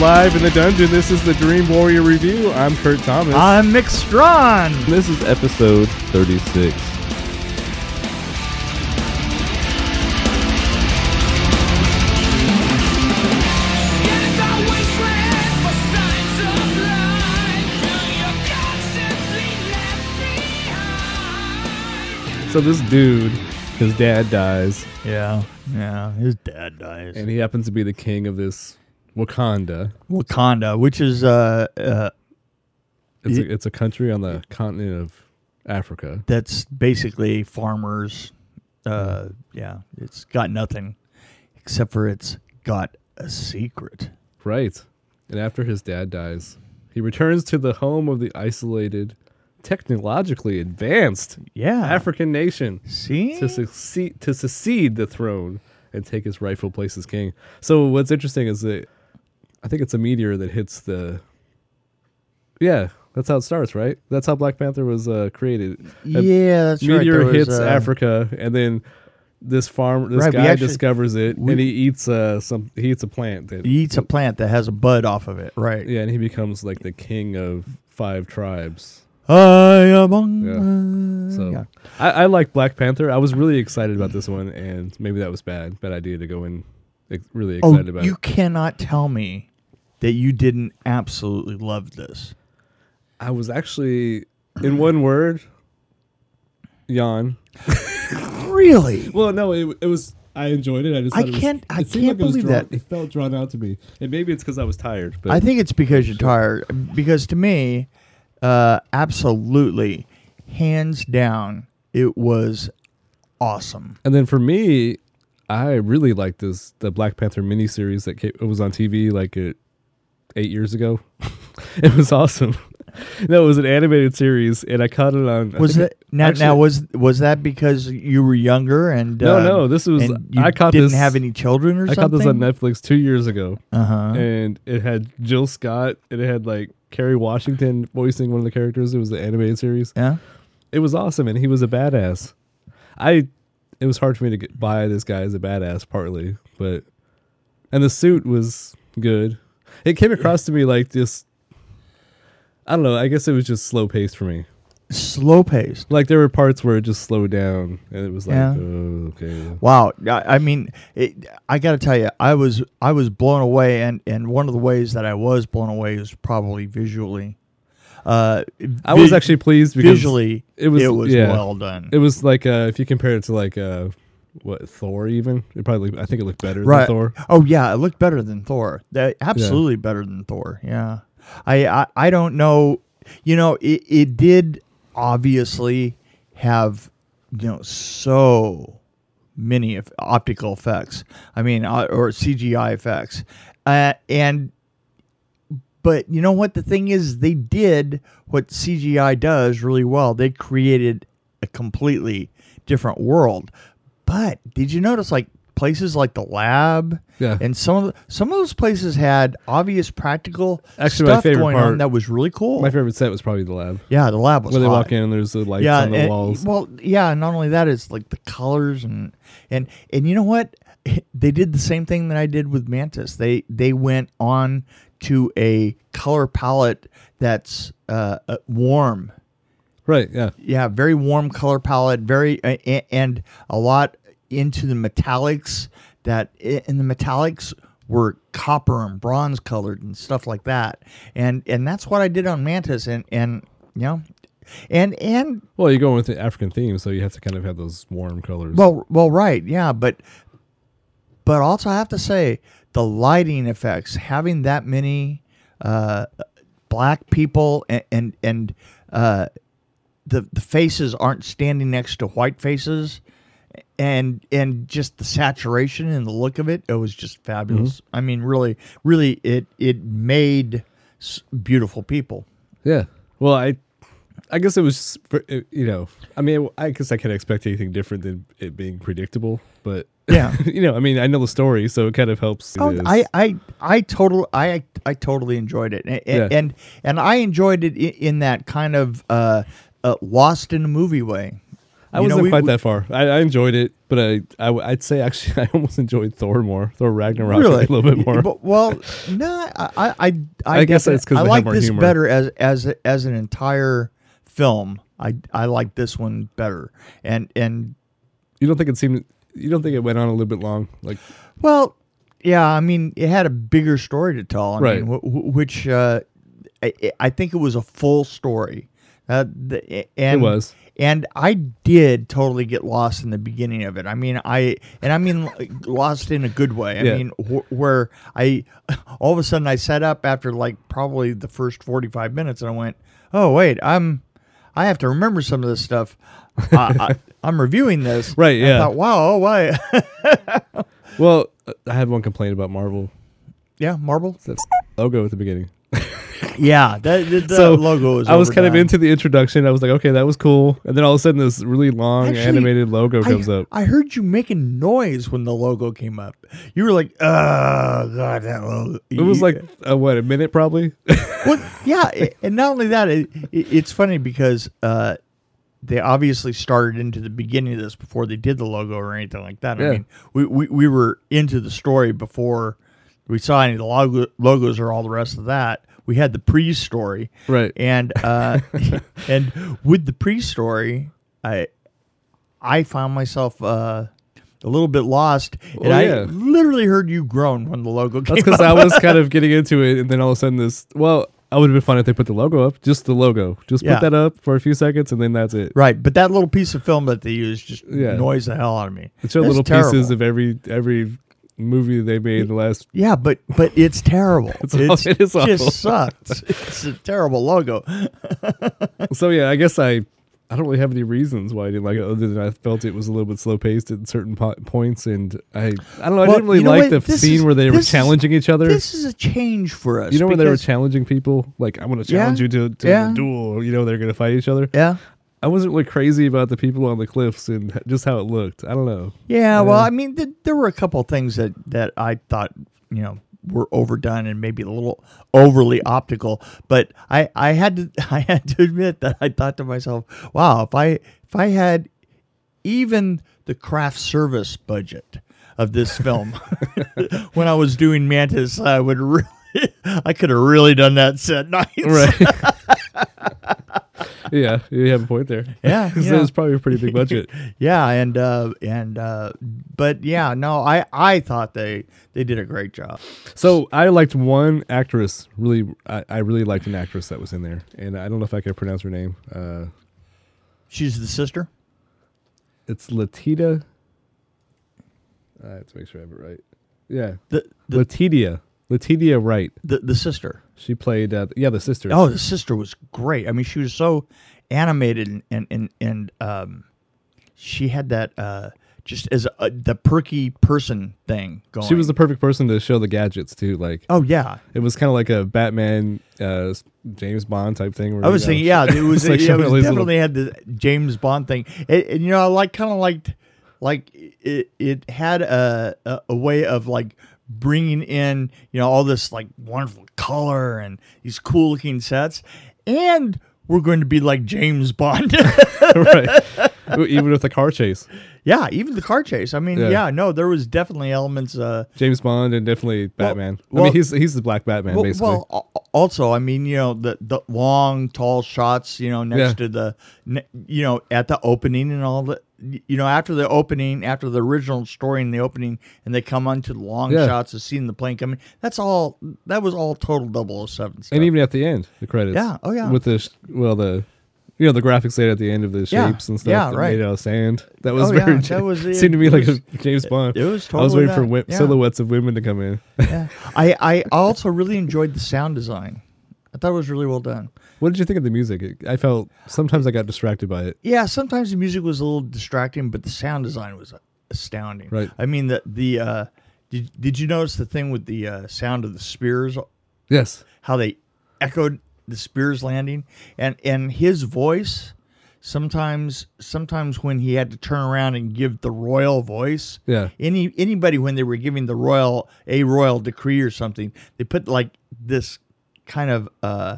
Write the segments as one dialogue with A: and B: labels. A: live in the dungeon. This is the Dream Warrior Review. I'm Kurt Thomas.
B: I'm Nick Strawn.
C: Ah, This is episode 36.
A: So this dude, his dad dies,
B: Yeah, yeah. His dad dies.
A: and he happens to be the king of this Wakanda.
B: Wakanda, which is uh, uh
A: It's,
B: Ye-
A: a, it's a country on the continent of Africa.
B: that's basically farmers. Uh, yeah, it's got nothing except for it's got a secret.
A: Right. And after his dad dies, he returns to the home of the isolated, technologically advanced
B: Yeah,
A: African nation
B: See,
A: to succeed to succeed the throne and take his rightful place as king. So what's interesting is that I think it's a meteor that hits the Yeah, that's how it starts, right? That's how Black Panther was uh, created. A
B: yeah, that's right.
A: meteor
B: there was,
A: hits
B: uh,
A: Africa and then this farm this
B: Right, we
A: guy
B: actually-
A: discovers it
B: we-
A: and he eats uh some he eats a plant that
B: He eats a plant that has a bud off of it, right?
A: Yeah, and he becomes like the king of five tribes.
B: I among
A: Yeah. So
B: Mm, yeah.
A: I, I like Black Panther. I was really excited about this one, and maybe that was bad, bad idea to go in ex- really
B: Oh,
A: excited about
B: you
A: it.
B: cannot tell me that you didn't absolutely love this.
A: I was actually, in one word, yawn.
B: Really?
A: Well, no, it, it was. I enjoyed it. I just
B: I
A: thought it was-
B: can't- I
A: it seemed
B: can't
A: like it was
B: believe
A: drawn-
B: that.
A: it felt drawn out to me, and maybe it's because I was tired. But
B: I think it's because you're tired. Because to me, uh, absolutely, hands down, it was awesome.
A: And then for me, I really liked this the Black Panther miniseries that came, it was on TV like it, eight years ago. it was awesome. no, it was an animated series, and I caught it on. I
B: Was
A: think
B: it now?
A: actually-
B: now was was that because you were younger and
A: No,
B: uh,
A: no, this was-
B: and you
A: I caught
B: didn't
A: this-
B: have any children or
A: I caught
B: something.
A: this on Netflix two years ago,
B: Uh huh.
A: and it had Jill Scott, and it had like Kerry Washington voicing one of the characters. It was the animated series.
B: Yeah.
A: It was awesome, and he was a badass. I, it was hard for me to get, buy this guy as a badass, partly, but, and the suit was good. It came across to me like this. I don't know. I guess it was just slow paced for me.
B: Slow paced.
A: Like there were parts where it just slowed down, and it was like,
B: Yeah.
A: oh, okay.
B: Wow, I, I mean, it, I got to tell you, I was I was blown away, and and one of the ways that I was blown away is probably visually. Uh,
A: I was
B: vi-
A: actually pleased because
B: visually
A: it was- yeah.
B: well done.
A: It was like uh, if you compare it to like uh, what Thor even it probably looked- I think it looked better
B: right.
A: than Thor.
B: Oh yeah, it looked better than Thor. That absolutely better than Thor. Yeah. I, I I don't know. You know, it it did obviously have you know so many of optical effects. I mean, uh, or CGI effects, uh, and. But you know what? The thing is, they did what CGI does really well. They created a completely different world. But did you notice, like places like the lab,
A: Yeah.
B: and some of the, some of those places had obvious practical
A: Actually, my
B: stuff
A: favorite
B: going
A: part-
B: on that was really cool.
A: My favorite set was probably the lab.
B: yeah, the lab was
A: When they
B: hot.
A: walk in, there's the lights
B: yeah,
A: on the
B: and-
A: walls.
B: Well, yeah, and not only that, it's like the colors and and and you know what? They did the same thing that I did with Mantis. They they went on to a color palette that's uh, uh, warm
A: Right? Yeah.
B: yeah, very warm color palette, very a- a- and a lot into the metallics that and the metallics were copper and bronze colored and stuff like that. And and that's what I did on Mantis and and you know and and
A: Well, you're going with the African theme, so you have to kind of have those warm colors.
B: well well right, yeah, but but also I have to say the lighting effects, having that many uh black people and and, and uh the, the faces aren't standing next to white faces and and just the saturation and the look of it it was just fabulous i mean really really it it made s- beautiful people
A: yeah. Well, I, I guess it was, for- it- you know, I mean, I guess I can't expect anything different than it being predictable, but
B: Yeah.
A: you know, I mean, I know the story, so it kind of helps.
B: Oh,
A: It is-
B: I, I, I total, I, I totally enjoyed it, and and,
A: Yeah.
B: and, and I enjoyed it in, in that kind of uh, uh, lost in a movie way.
A: I
B: You know,
A: wasn't
B: we-
A: quite
B: we-
A: that far. I, I enjoyed it, but I, I would say actually I almost enjoyed Thor more. Thor Ragnarok a little bit more.
B: But, well, no, I, I, I,
A: I guess
B: definitely-
A: that's 'cause they
B: I
A: have
B: like
A: more
B: this
A: humor.
B: better as as as an entire film. I I like this one better, and and
A: you don't think it seemed? You don't think it went on a little bit long? Like
B: well, yeah. I mean, it had a bigger story to tell. I
A: Right.
B: mean, wh- wh- which uh, I, I think it was a full story. Uh, the, and
A: it was.
B: and I did totally get lost in the beginning of it. I mean, I and I mean like, lost in a good way. I
A: Yeah.
B: mean, wh- where I all of a sudden I sat up after like probably the first forty five minutes, and I went, "Oh wait, I'm I have to remember some of this stuff. I, I, I'm reviewing this,
A: Right,
B: And I
A: yeah.
B: thought, wow. Oh why?
A: Well, I have one complaint about Marvel.
B: yeah, marble.
A: That logo at the beginning.
B: Yeah, that, that, that
A: So,
B: logo is.
A: I was kind of
B: overdone.
A: into the introduction. I was like, okay, that was cool. And then all of a sudden, this really long
B: Actually,
A: animated logo comes
B: I,
A: up.
B: I heard you making noise when the logo came up. You were like, "Oh God, that logo!"
A: It was like uh, what a minute probably.
B: well, yeah, a- and not only that, it, it, it's funny because uh, they obviously started into the beginning of this before they did the logo or anything like that. I
A: Yeah.
B: mean, we, we, we were into the story before we saw any of the logo, logos or all the rest of that. We had the pre-story,
A: Right.
B: And uh, and with the pre-story, I I found myself. Uh, a little bit lost, and
A: Well,
B: I
A: Oh, yeah.
B: literally heard you groan when the logo came
A: That's because I was kind of getting into it, and then all of a sudden, this. Well, I would have been fine if they put the logo up, just the logo, just
B: Yeah.
A: put that up for a few seconds, and then that's it.
B: Right, but that little piece of film that they use just
A: Yeah.
B: annoys the hell out of me.
A: It showed
B: That's
A: little
B: terrible.
A: pieces of every every movie they made in the last.
B: Yeah, but but it's terrible. it's,
A: aw- it is
B: just
A: awful.
B: sucks. it's a terrible logo.
A: So yeah, I guess I I don't really have any reasons why I didn't like it, other than I felt it was a little bit slow paced at certain po- points, and I I don't know. I
B: Well,
A: didn't really
B: you know
A: like
B: what?
A: the
B: This
A: scene
B: is-
A: where they were
B: this is-
A: challenging each other.
B: This is a change for us.
A: you know when they were
B: because-
A: challenging people, like I'm going to
B: Yeah,
A: challenge you to, to
B: yeah.
A: a duel. You know they're going to fight each other.
B: Yeah.
A: I wasn't really crazy about the people on the cliffs and h- just how it looked. I don't know.
B: Yeah, well,
A: Yeah.
B: I mean, th- there were a couple of things that that I thought you know were overdone and maybe a little overly optical, but I I had to I had to admit that I thought to myself, wow, if I if I had even the craft service budget of this film when I was doing Mantis, I would really. I could have really done that set nice.
A: Right. yeah, you have a point there.
B: Yeah,
A: Because
B: yeah.
A: that was probably a pretty big budget.
B: Yeah, and uh and uh but yeah, no, I I thought they they did a great job.
A: So I liked one actress. Really, I, I really liked an actress that was in there, and I don't know if I can pronounce her name. Uh,
B: She's the sister?
A: it's Letitia. I have to make sure I have it right. Yeah,
B: The the,
A: Letitia. Letitia Wright.
B: the the sister.
A: She played. Uh, yeah, the sister.
B: Oh, the sister was great. I mean, she was so animated and and and, and um, she had that uh, just as a, the perky person thing going.
A: she was the perfect person to show the gadgets too. Like
B: oh yeah.
A: it was kind of like a Batman, uh, s- James Bond type thing. Where
B: I
A: you
B: was
A: know,
B: thinking, yeah, it was,
A: like
B: yeah, it
A: showing
B: was
A: all these little-
B: definitely had the James Bond thing, and, and, you know, I like kind of liked, like it, it had a, a a way of like bringing in you know all this like wonderful color and these cool looking sets, and we're going to be like James Bond.
A: right. Even with the car chase,
B: Yeah, even the car chase. I mean, yeah,
A: Yeah.
B: no, there was definitely elements. Uh,
A: James Bond and definitely Batman. I
B: well-
A: mean, he's he's the Black Batman
B: well,
A: basically.
B: well, al- also, I mean, you know, the the long, tall shots, you know, next
A: Yeah.
B: to the, ne- you know, at the opening and all the, you know, after the opening, after the original story and the opening, and they come on to the long
A: Yeah.
B: shots of seeing the plane coming. That's all. That was all total 007 stuff.
A: And even at the end, the credits.
B: Yeah, oh, yeah.
A: With the sh- well, the you know the graphics they had at the end of the shapes
B: Yeah,
A: and stuff.
B: yeah,
A: that
B: right.
A: Made out of sand. That was
B: Oh, yeah,
A: very.
B: that
A: Ja-
B: was it.
A: seemed to me
B: It
A: like
B: was-
A: a James Bond.
B: it was
A: I was
B: totally
A: waiting for
B: that,
A: wi-
B: yeah.
A: silhouettes of women to come in.
B: yeah. I I also really enjoyed the sound design. I thought it was really well done.
A: what did you think of the music? It, I felt sometimes I got distracted by it.
B: yeah sometimes the music was a little distracting but the sound design was astounding
A: Right.
B: i mean the the uh did, did you notice the thing with the uh, sound of the spears
A: Yes.
B: how they echoed the spears landing and and his voice sometimes sometimes when he had to turn around and give the royal voice
A: Yeah.
B: any anybody when they were giving the royal a royal decree or something they put like this kind of uh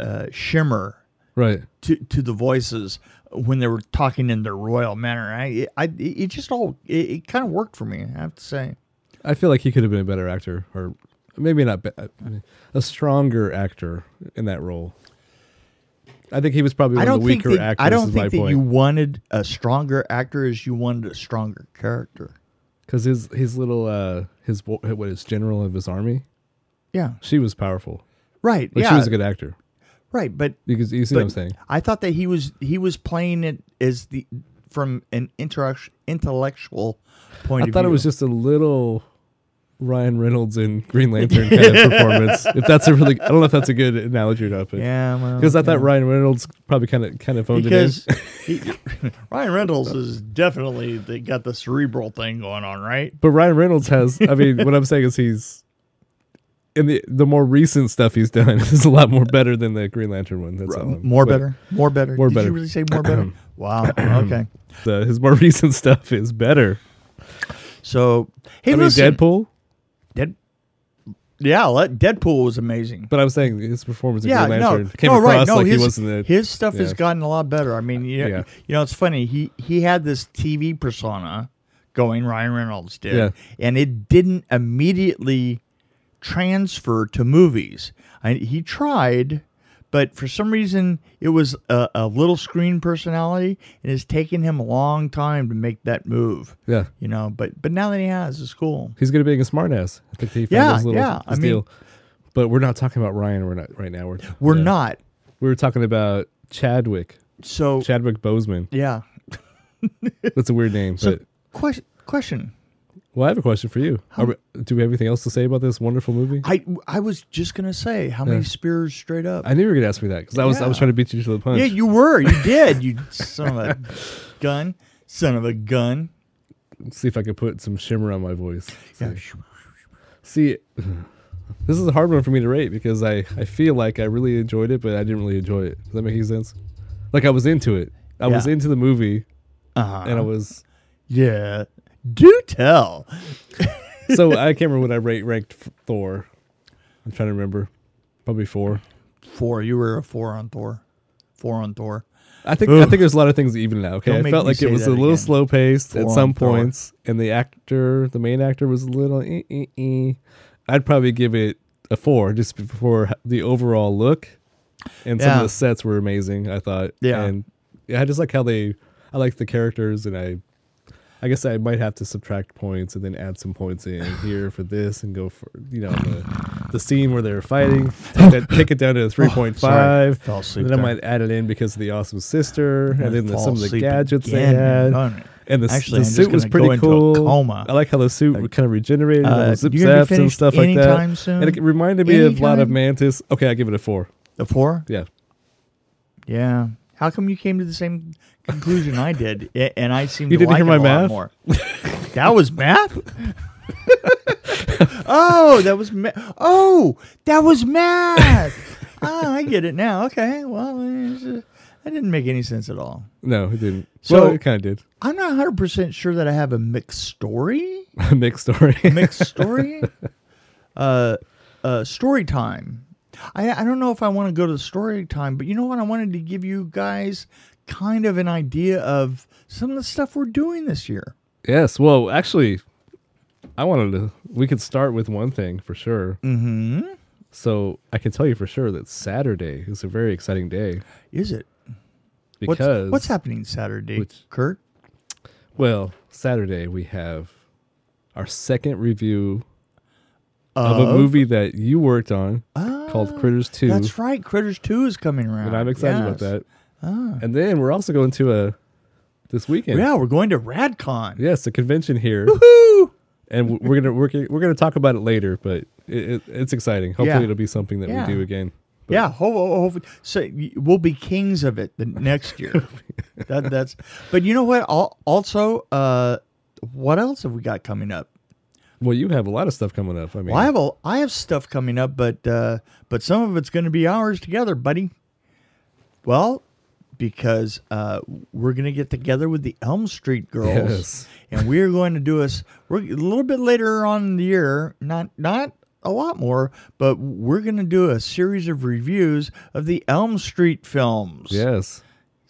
B: uh shimmer
A: Right.
B: to to the voices when they were talking in their royal manner. I, I it just all it, it kind of worked for me. I have to say.
A: I feel like he could have been a better actor, or maybe not be- a stronger actor in that role. I think he was probably
B: I
A: one of
B: don't
A: the
B: think
A: weaker
B: that,
A: actors.
B: I don't
A: is my
B: think that
A: point.
B: you wanted a stronger actor as you wanted a stronger character.
A: because his his little uh his wa- what his general of his army,
B: Yeah.
A: she was powerful.
B: Right.
A: Like
B: yeah.
A: she was a good actor.
B: right, but
A: You, can- you see what I'm
B: but
A: saying?
B: I thought that he was he was playing it as the from an interact- intellectual point
A: I
B: of
A: thought it
B: view.
A: was just a little Ryan Reynolds in Green Lantern kind of performance. If that's a really, I don't know if that's a good analogy or not, but
B: yeah, well,
A: because I
B: yeah.
A: thought Ryan Reynolds probably kind of kind of phoned
B: because
A: it in.
B: he- Ryan Reynolds is definitely they got the cerebral thing going on, right?
A: But Ryan Reynolds has, I mean, what I'm saying is he's in the the more recent stuff he's done is a lot more better than the Green Lantern one. That's all. I'm-
B: More
A: but
B: better, more better.
A: More
B: Did
A: better.
B: you really say more better? wow. Okay.
A: The, his more recent stuff is better.
B: So hey,
A: I mean,
B: listen,
A: Deadpool.
B: Dead- yeah, let, Deadpool was amazing.
A: But I'm saying his performance in
B: yeah,
A: Green
B: no,
A: Lantern came
B: no, right,
A: across
B: no,
A: like
B: his,
A: he wasn't the
B: his stuff has
A: yeah.
B: gotten a lot better. I mean, you know,
A: Yeah.
B: you know, it's funny. He he had this TV persona going. Ryan Reynolds did,
A: Yeah.
B: and it didn't immediately transfer to movies. I, he tried, but for some reason, it was a, a little screen personality, and it's taken him a long time to make that move.
A: yeah.
B: You know, but but now that he has, it's cool.
A: He's good at being a smartass. I think he found
B: Yeah,
A: his little
B: yeah, I
A: his
B: mean-
A: deal. But we're not talking about Ryan. We're not right now. We're
B: We're
A: yeah.
B: not
A: We were talking about Chadwick.
B: so.
A: Chadwick Boseman.
B: yeah.
A: That's a weird name.
B: So
A: but
B: question question.
A: well, I have a question for you. Are we- do we have anything else to say about this wonderful movie? I,
B: I I was just gonna say how many
A: Yeah.
B: spears straight up.
A: knew you were gonna ask me that because I was I was
B: Yeah.
A: trying to beat you to the punch.
B: yeah, you were. You did. You son of a gun. Son of a gun.
A: See if I could put some shimmer on my voice.
B: Yeah.
A: See, this is a hard one for me to rate because I, I feel like I really enjoyed it, but I didn't really enjoy it. Does that make any sense? Like I was into it. I was
B: Yeah.
A: into the movie,
B: Uh-huh.
A: and I was
B: yeah. Do tell.
A: so I can't remember what I rate ranked f- Thor. I'm trying to remember, probably four.
B: Four. You were a four on Thor. Four on Thor.
A: I think I think there's a lot of things that even it out. Okay,
B: Don't
A: I
B: make
A: felt
B: me
A: like it
B: say
A: was a
B: that
A: little
B: again.
A: slow paced at
B: Thor
A: some
B: on Thor.
A: points, and the actor, the main actor, was a little. Eh, eh, eh. I'd probably give it a four just before the overall look, and some
B: Yeah.
A: of the sets were amazing. I thought.
B: Yeah.
A: and yeah, I just like how they. I like the characters, and I. I guess I might have to subtract points and then add some points in here for this and go for you know the, the scene where they're fighting. Take, that, take it
B: Oh,
A: down to a three point five.
B: Fell asleep
A: And then I
B: there.
A: might add it in because of the awesome sister, and then the,
B: Fall
A: some of the
B: asleep
A: gadgets
B: again.
A: they had,
B: Darn it.
A: and the, s-
B: Actually,
A: the
B: I'm just
A: suit was
B: gonna
A: pretty
B: go into a
A: cool.
B: coma.
A: I like how the suit kind of regenerated, all
B: Uh,
A: the zip
B: you gonna
A: zaps
B: be
A: and
B: finished
A: stuff like that.
B: anytime soon?
A: And it reminded me of a lot of
B: Anytime?
A: Mantis. Okay, I give it a four.
B: The four?
A: Yeah,
B: Yeah. How come you came to the same conclusion I did? A- And I seem
A: You
B: to
A: didn't
B: like
A: hear my math?
B: it a lot more. that was math. oh, that was ma- oh, that was math. Ah, I get it now. Okay, well, it's, uh, that didn't make any sense at all.
A: no, it didn't.
B: So-
A: well, it kind of did.
B: I'm not 100 percent sure that I have a mixed story.
A: A mixed story.
B: Mixed story. uh, uh, story time. I I don't know if I want to go to story time, but you know what? I wanted to give you guys kind of an idea of some of the stuff we're doing this year.
A: yes. Well, actually, I wanted to. We could start with one thing for sure. Mm-hmm. So I can tell you for sure that Saturday is a very exciting day
B: Is it? What's,
A: because
B: what's happening Saturday,
A: Which-
B: Kurt?
A: Well, Saturday we have our second review of, a movie that you worked on called Critters 2.
B: Oh, ah, That's right. Critters 2 is coming around.
A: And I'm excited about
B: Yes. Ah.
A: that. And then we're also going to a this weekend.
B: Yeah, we're going to RadCon.
A: Yes, a convention here,
B: Woo!
A: and w- we're gonna we're gonna, we're gonna talk about it later. But it, it, it's exciting. Hopefully,
B: Yeah.
A: it'll be something that
B: Yeah.
A: we do again. But
B: Yeah, ho- ho- hopefully. So y- we'll be kings of it the next year. that, that's. But you know what? Al- Also, uh, what else have we got coming up?
A: Well, you have a lot of stuff coming up. I mean,
B: Well, I have a, I have stuff coming up, but uh, but some of it's going to be ours together, buddy. Well, because uh, we're going to get together with the Elm Street girls,
A: Yes.
B: and we're going to do us. We're a little bit later on in the year, not not a lot more, but we're going to do a series of reviews of the Elm Street films.
A: Yes.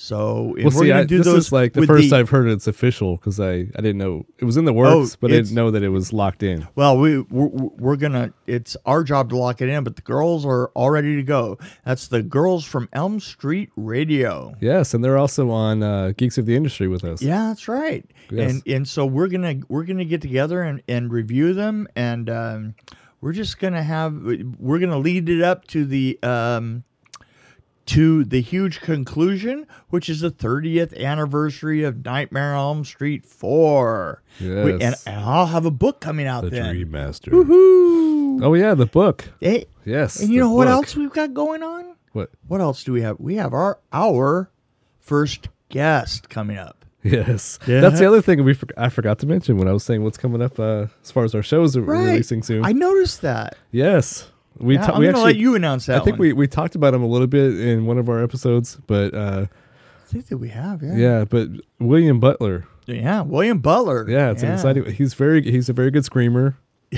B: So
A: Well,
B: if we're
A: see,
B: going
A: I,
B: to do
A: this
B: those
A: is like the
B: with
A: first I've heard it's official because I, I didn't know it was in the works, but I
B: Oh, it's-
A: didn't know that it was locked in.
B: Well, we we're, we're gonna. It's our job to lock it in, but the girls are all ready to go. That's the girls from Elm Street Radio.
A: Yes, and they're also on uh, Geeks of the Industry with us.
B: Yeah, that's right.
A: Yes.
B: And and so we're gonna we're gonna get together and, and review them, and um, we're just gonna have we're gonna lead it up to the um, to the huge conclusion, which is the 30th anniversary of Nightmare on Elm Street Four. We- and,
A: Yes.
B: and I'll have a book coming out then.
A: remaster.
B: Woohoo!
A: Oh yeah, the book.
B: Hey,
A: Yes.
B: and you
A: the
B: know what
A: book.
B: else we've got going on?
A: What?
B: What else do we have? We have our our first guest coming up.
A: Yes.
B: Yeah.
A: That's the other thing we forg I forgot to mention when I was saying what's coming up uh, as far as our shows that we're releasing soon.
B: I noticed that.
A: yes. We
B: Yeah,
A: ta-
B: I'm
A: we
B: gonna
A: actually
B: let you announce that.
A: I think
B: one.
A: we, we talked about him a little bit in one of our episodes, but uh,
B: I think that we have. Yeah.
A: yeah, but William Butler.
B: Yeah, William Butler.
A: Yeah, it's an exciting. He's very he's a very good screamer.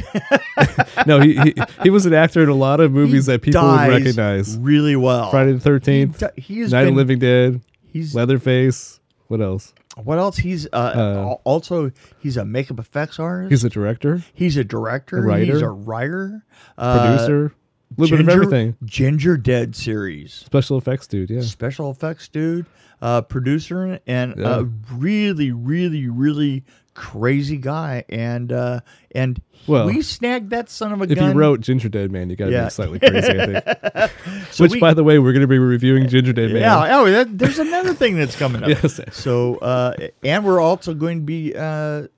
A: no, he, he he was an actor in a lot of movies
B: He
A: that people would
B: dies
A: recognize.
B: really well.
A: Friday the Thirteenth,
B: He, he has
A: Night of
B: been.
A: the Living Dead,
B: he's
A: Leatherface. What else?
B: what else? He's uh, al- also he's a makeup effects artist.
A: He's a director,
B: He's a director.
A: Writer.
B: he's a writer. Uh,
A: producer, a little bit
B: Ginger-
A: of everything.
B: Ginger Dead series.
A: Special effects dude. Yeah,
B: special effects dude, uh, producer, and
A: Yeah.
B: a really, really, really crazy guy. And uh, and
A: Well,
B: we snagged that son of a
A: if
B: gun.
A: you wrote Ginger Dead Man, you got to
B: Yeah.
A: be slightly crazy. I think.
B: so
A: Which,
B: we-
A: by the way, we're going to be reviewing Ginger Dead Man.
B: yeah, oh, that, there's another thing that's coming up.
A: Yes.
B: So uh, and we're also going to be uh,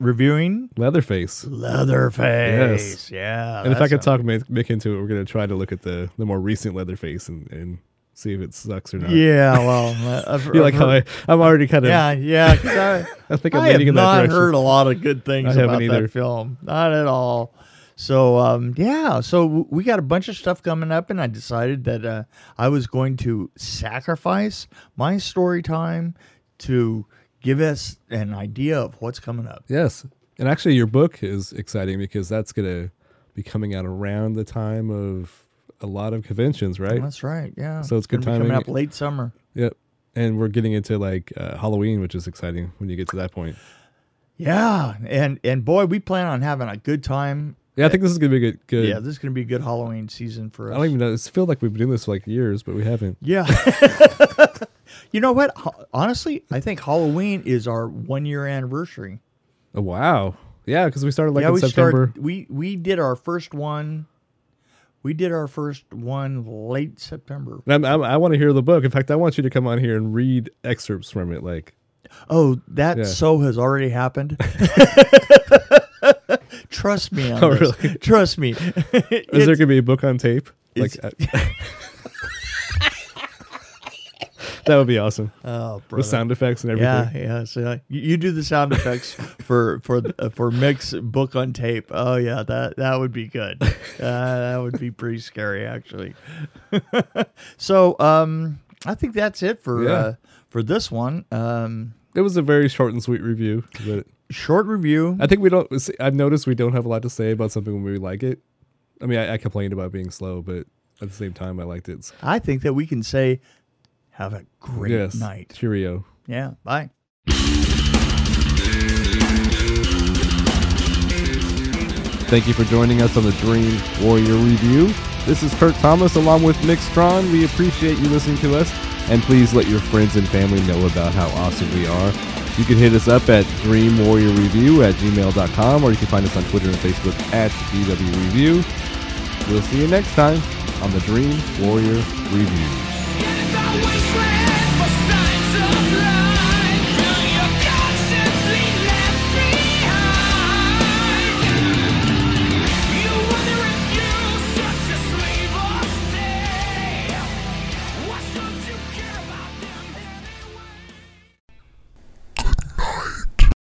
B: reviewing
A: Leatherface.
B: Leatherface. Yeah,
A: And if I
B: that's
A: could
B: a-
A: talk Mick, Mick into it, we're going to try to look at the, the more recent Leatherface and, and see if it sucks or not.
B: Yeah, well, uh, I've,
A: You like how I, I'm already kind of.
B: Yeah, yeah. 'cause I-
A: I think I'm
B: I have
A: leaning in that
B: not
A: direction.
B: heard a lot of good things
A: haven't
B: about
A: either.
B: that film. Not at all. So um, yeah, so w- we got a bunch of stuff coming up, and I decided that uh, I was going to sacrifice my story time to give us an idea of what's coming up.
A: Yes. And actually, your book is exciting because that's going to be coming out around the time of a lot of conventions, right?
B: That's right. Yeah.
A: So it's good
B: gonna be
A: timing.
B: coming up late summer.
A: Yep. And we're getting into like uh, Halloween, which is exciting when you get to that point.
B: Yeah, and and boy, we plan on having a good time.
A: Yeah, I think this is going to be good. good.
B: Yeah, this is gonna be a good Halloween season for
A: I
B: us.
A: don't even know. It's feel like we've been doing this for like years, but we haven't.
B: Yeah. you know what? Ho- Honestly, I think Halloween is our one year anniversary.
A: Oh, wow. Yeah, because we started like
B: yeah,
A: in
B: we
A: September.
B: started. We we did our first one. We did our first one late September.
A: And I'm, I'm, I want to hear the book. In fact, I want you to come on here and read excerpts from it. Like,
B: Oh, that
A: Yeah.
B: so has already happened. Trust me on
A: Oh,
B: this. Trust me.
A: is there
B: It's-
A: going to be a book on tape? Like, I- that would be awesome
B: oh, brother.
A: with sound effects and everything.
B: Yeah, yeah. So uh, you, you do the sound effects for for uh, for mix book on tape. Oh yeah, that that would be good. Uh, that would be pretty scary actually. so um, I think that's it for
A: Yeah.
B: uh, for this one. Um,
A: It was a very short and sweet review, but
B: short review.
A: I think we don't. see, I've noticed we don't have a lot to say about something when we like it. I mean, I, I complained about being slow, but at the same time, I liked it.
B: I think that we can say, have a great
A: yes,
B: night.
A: cheerio.
B: Yeah. Bye.
C: Thank you for joining us on the Dream Warrior Review. This is Kurt Thomas along with Mick Strawn. We appreciate you listening to us, and please let your friends and family know about how awesome we are. You can hit us up at Dream Warrior Review at gmail.com, or you can find us on Twitter and Facebook at DW Review. We'll see you next time on the Dream Warrior Review.
D: It's always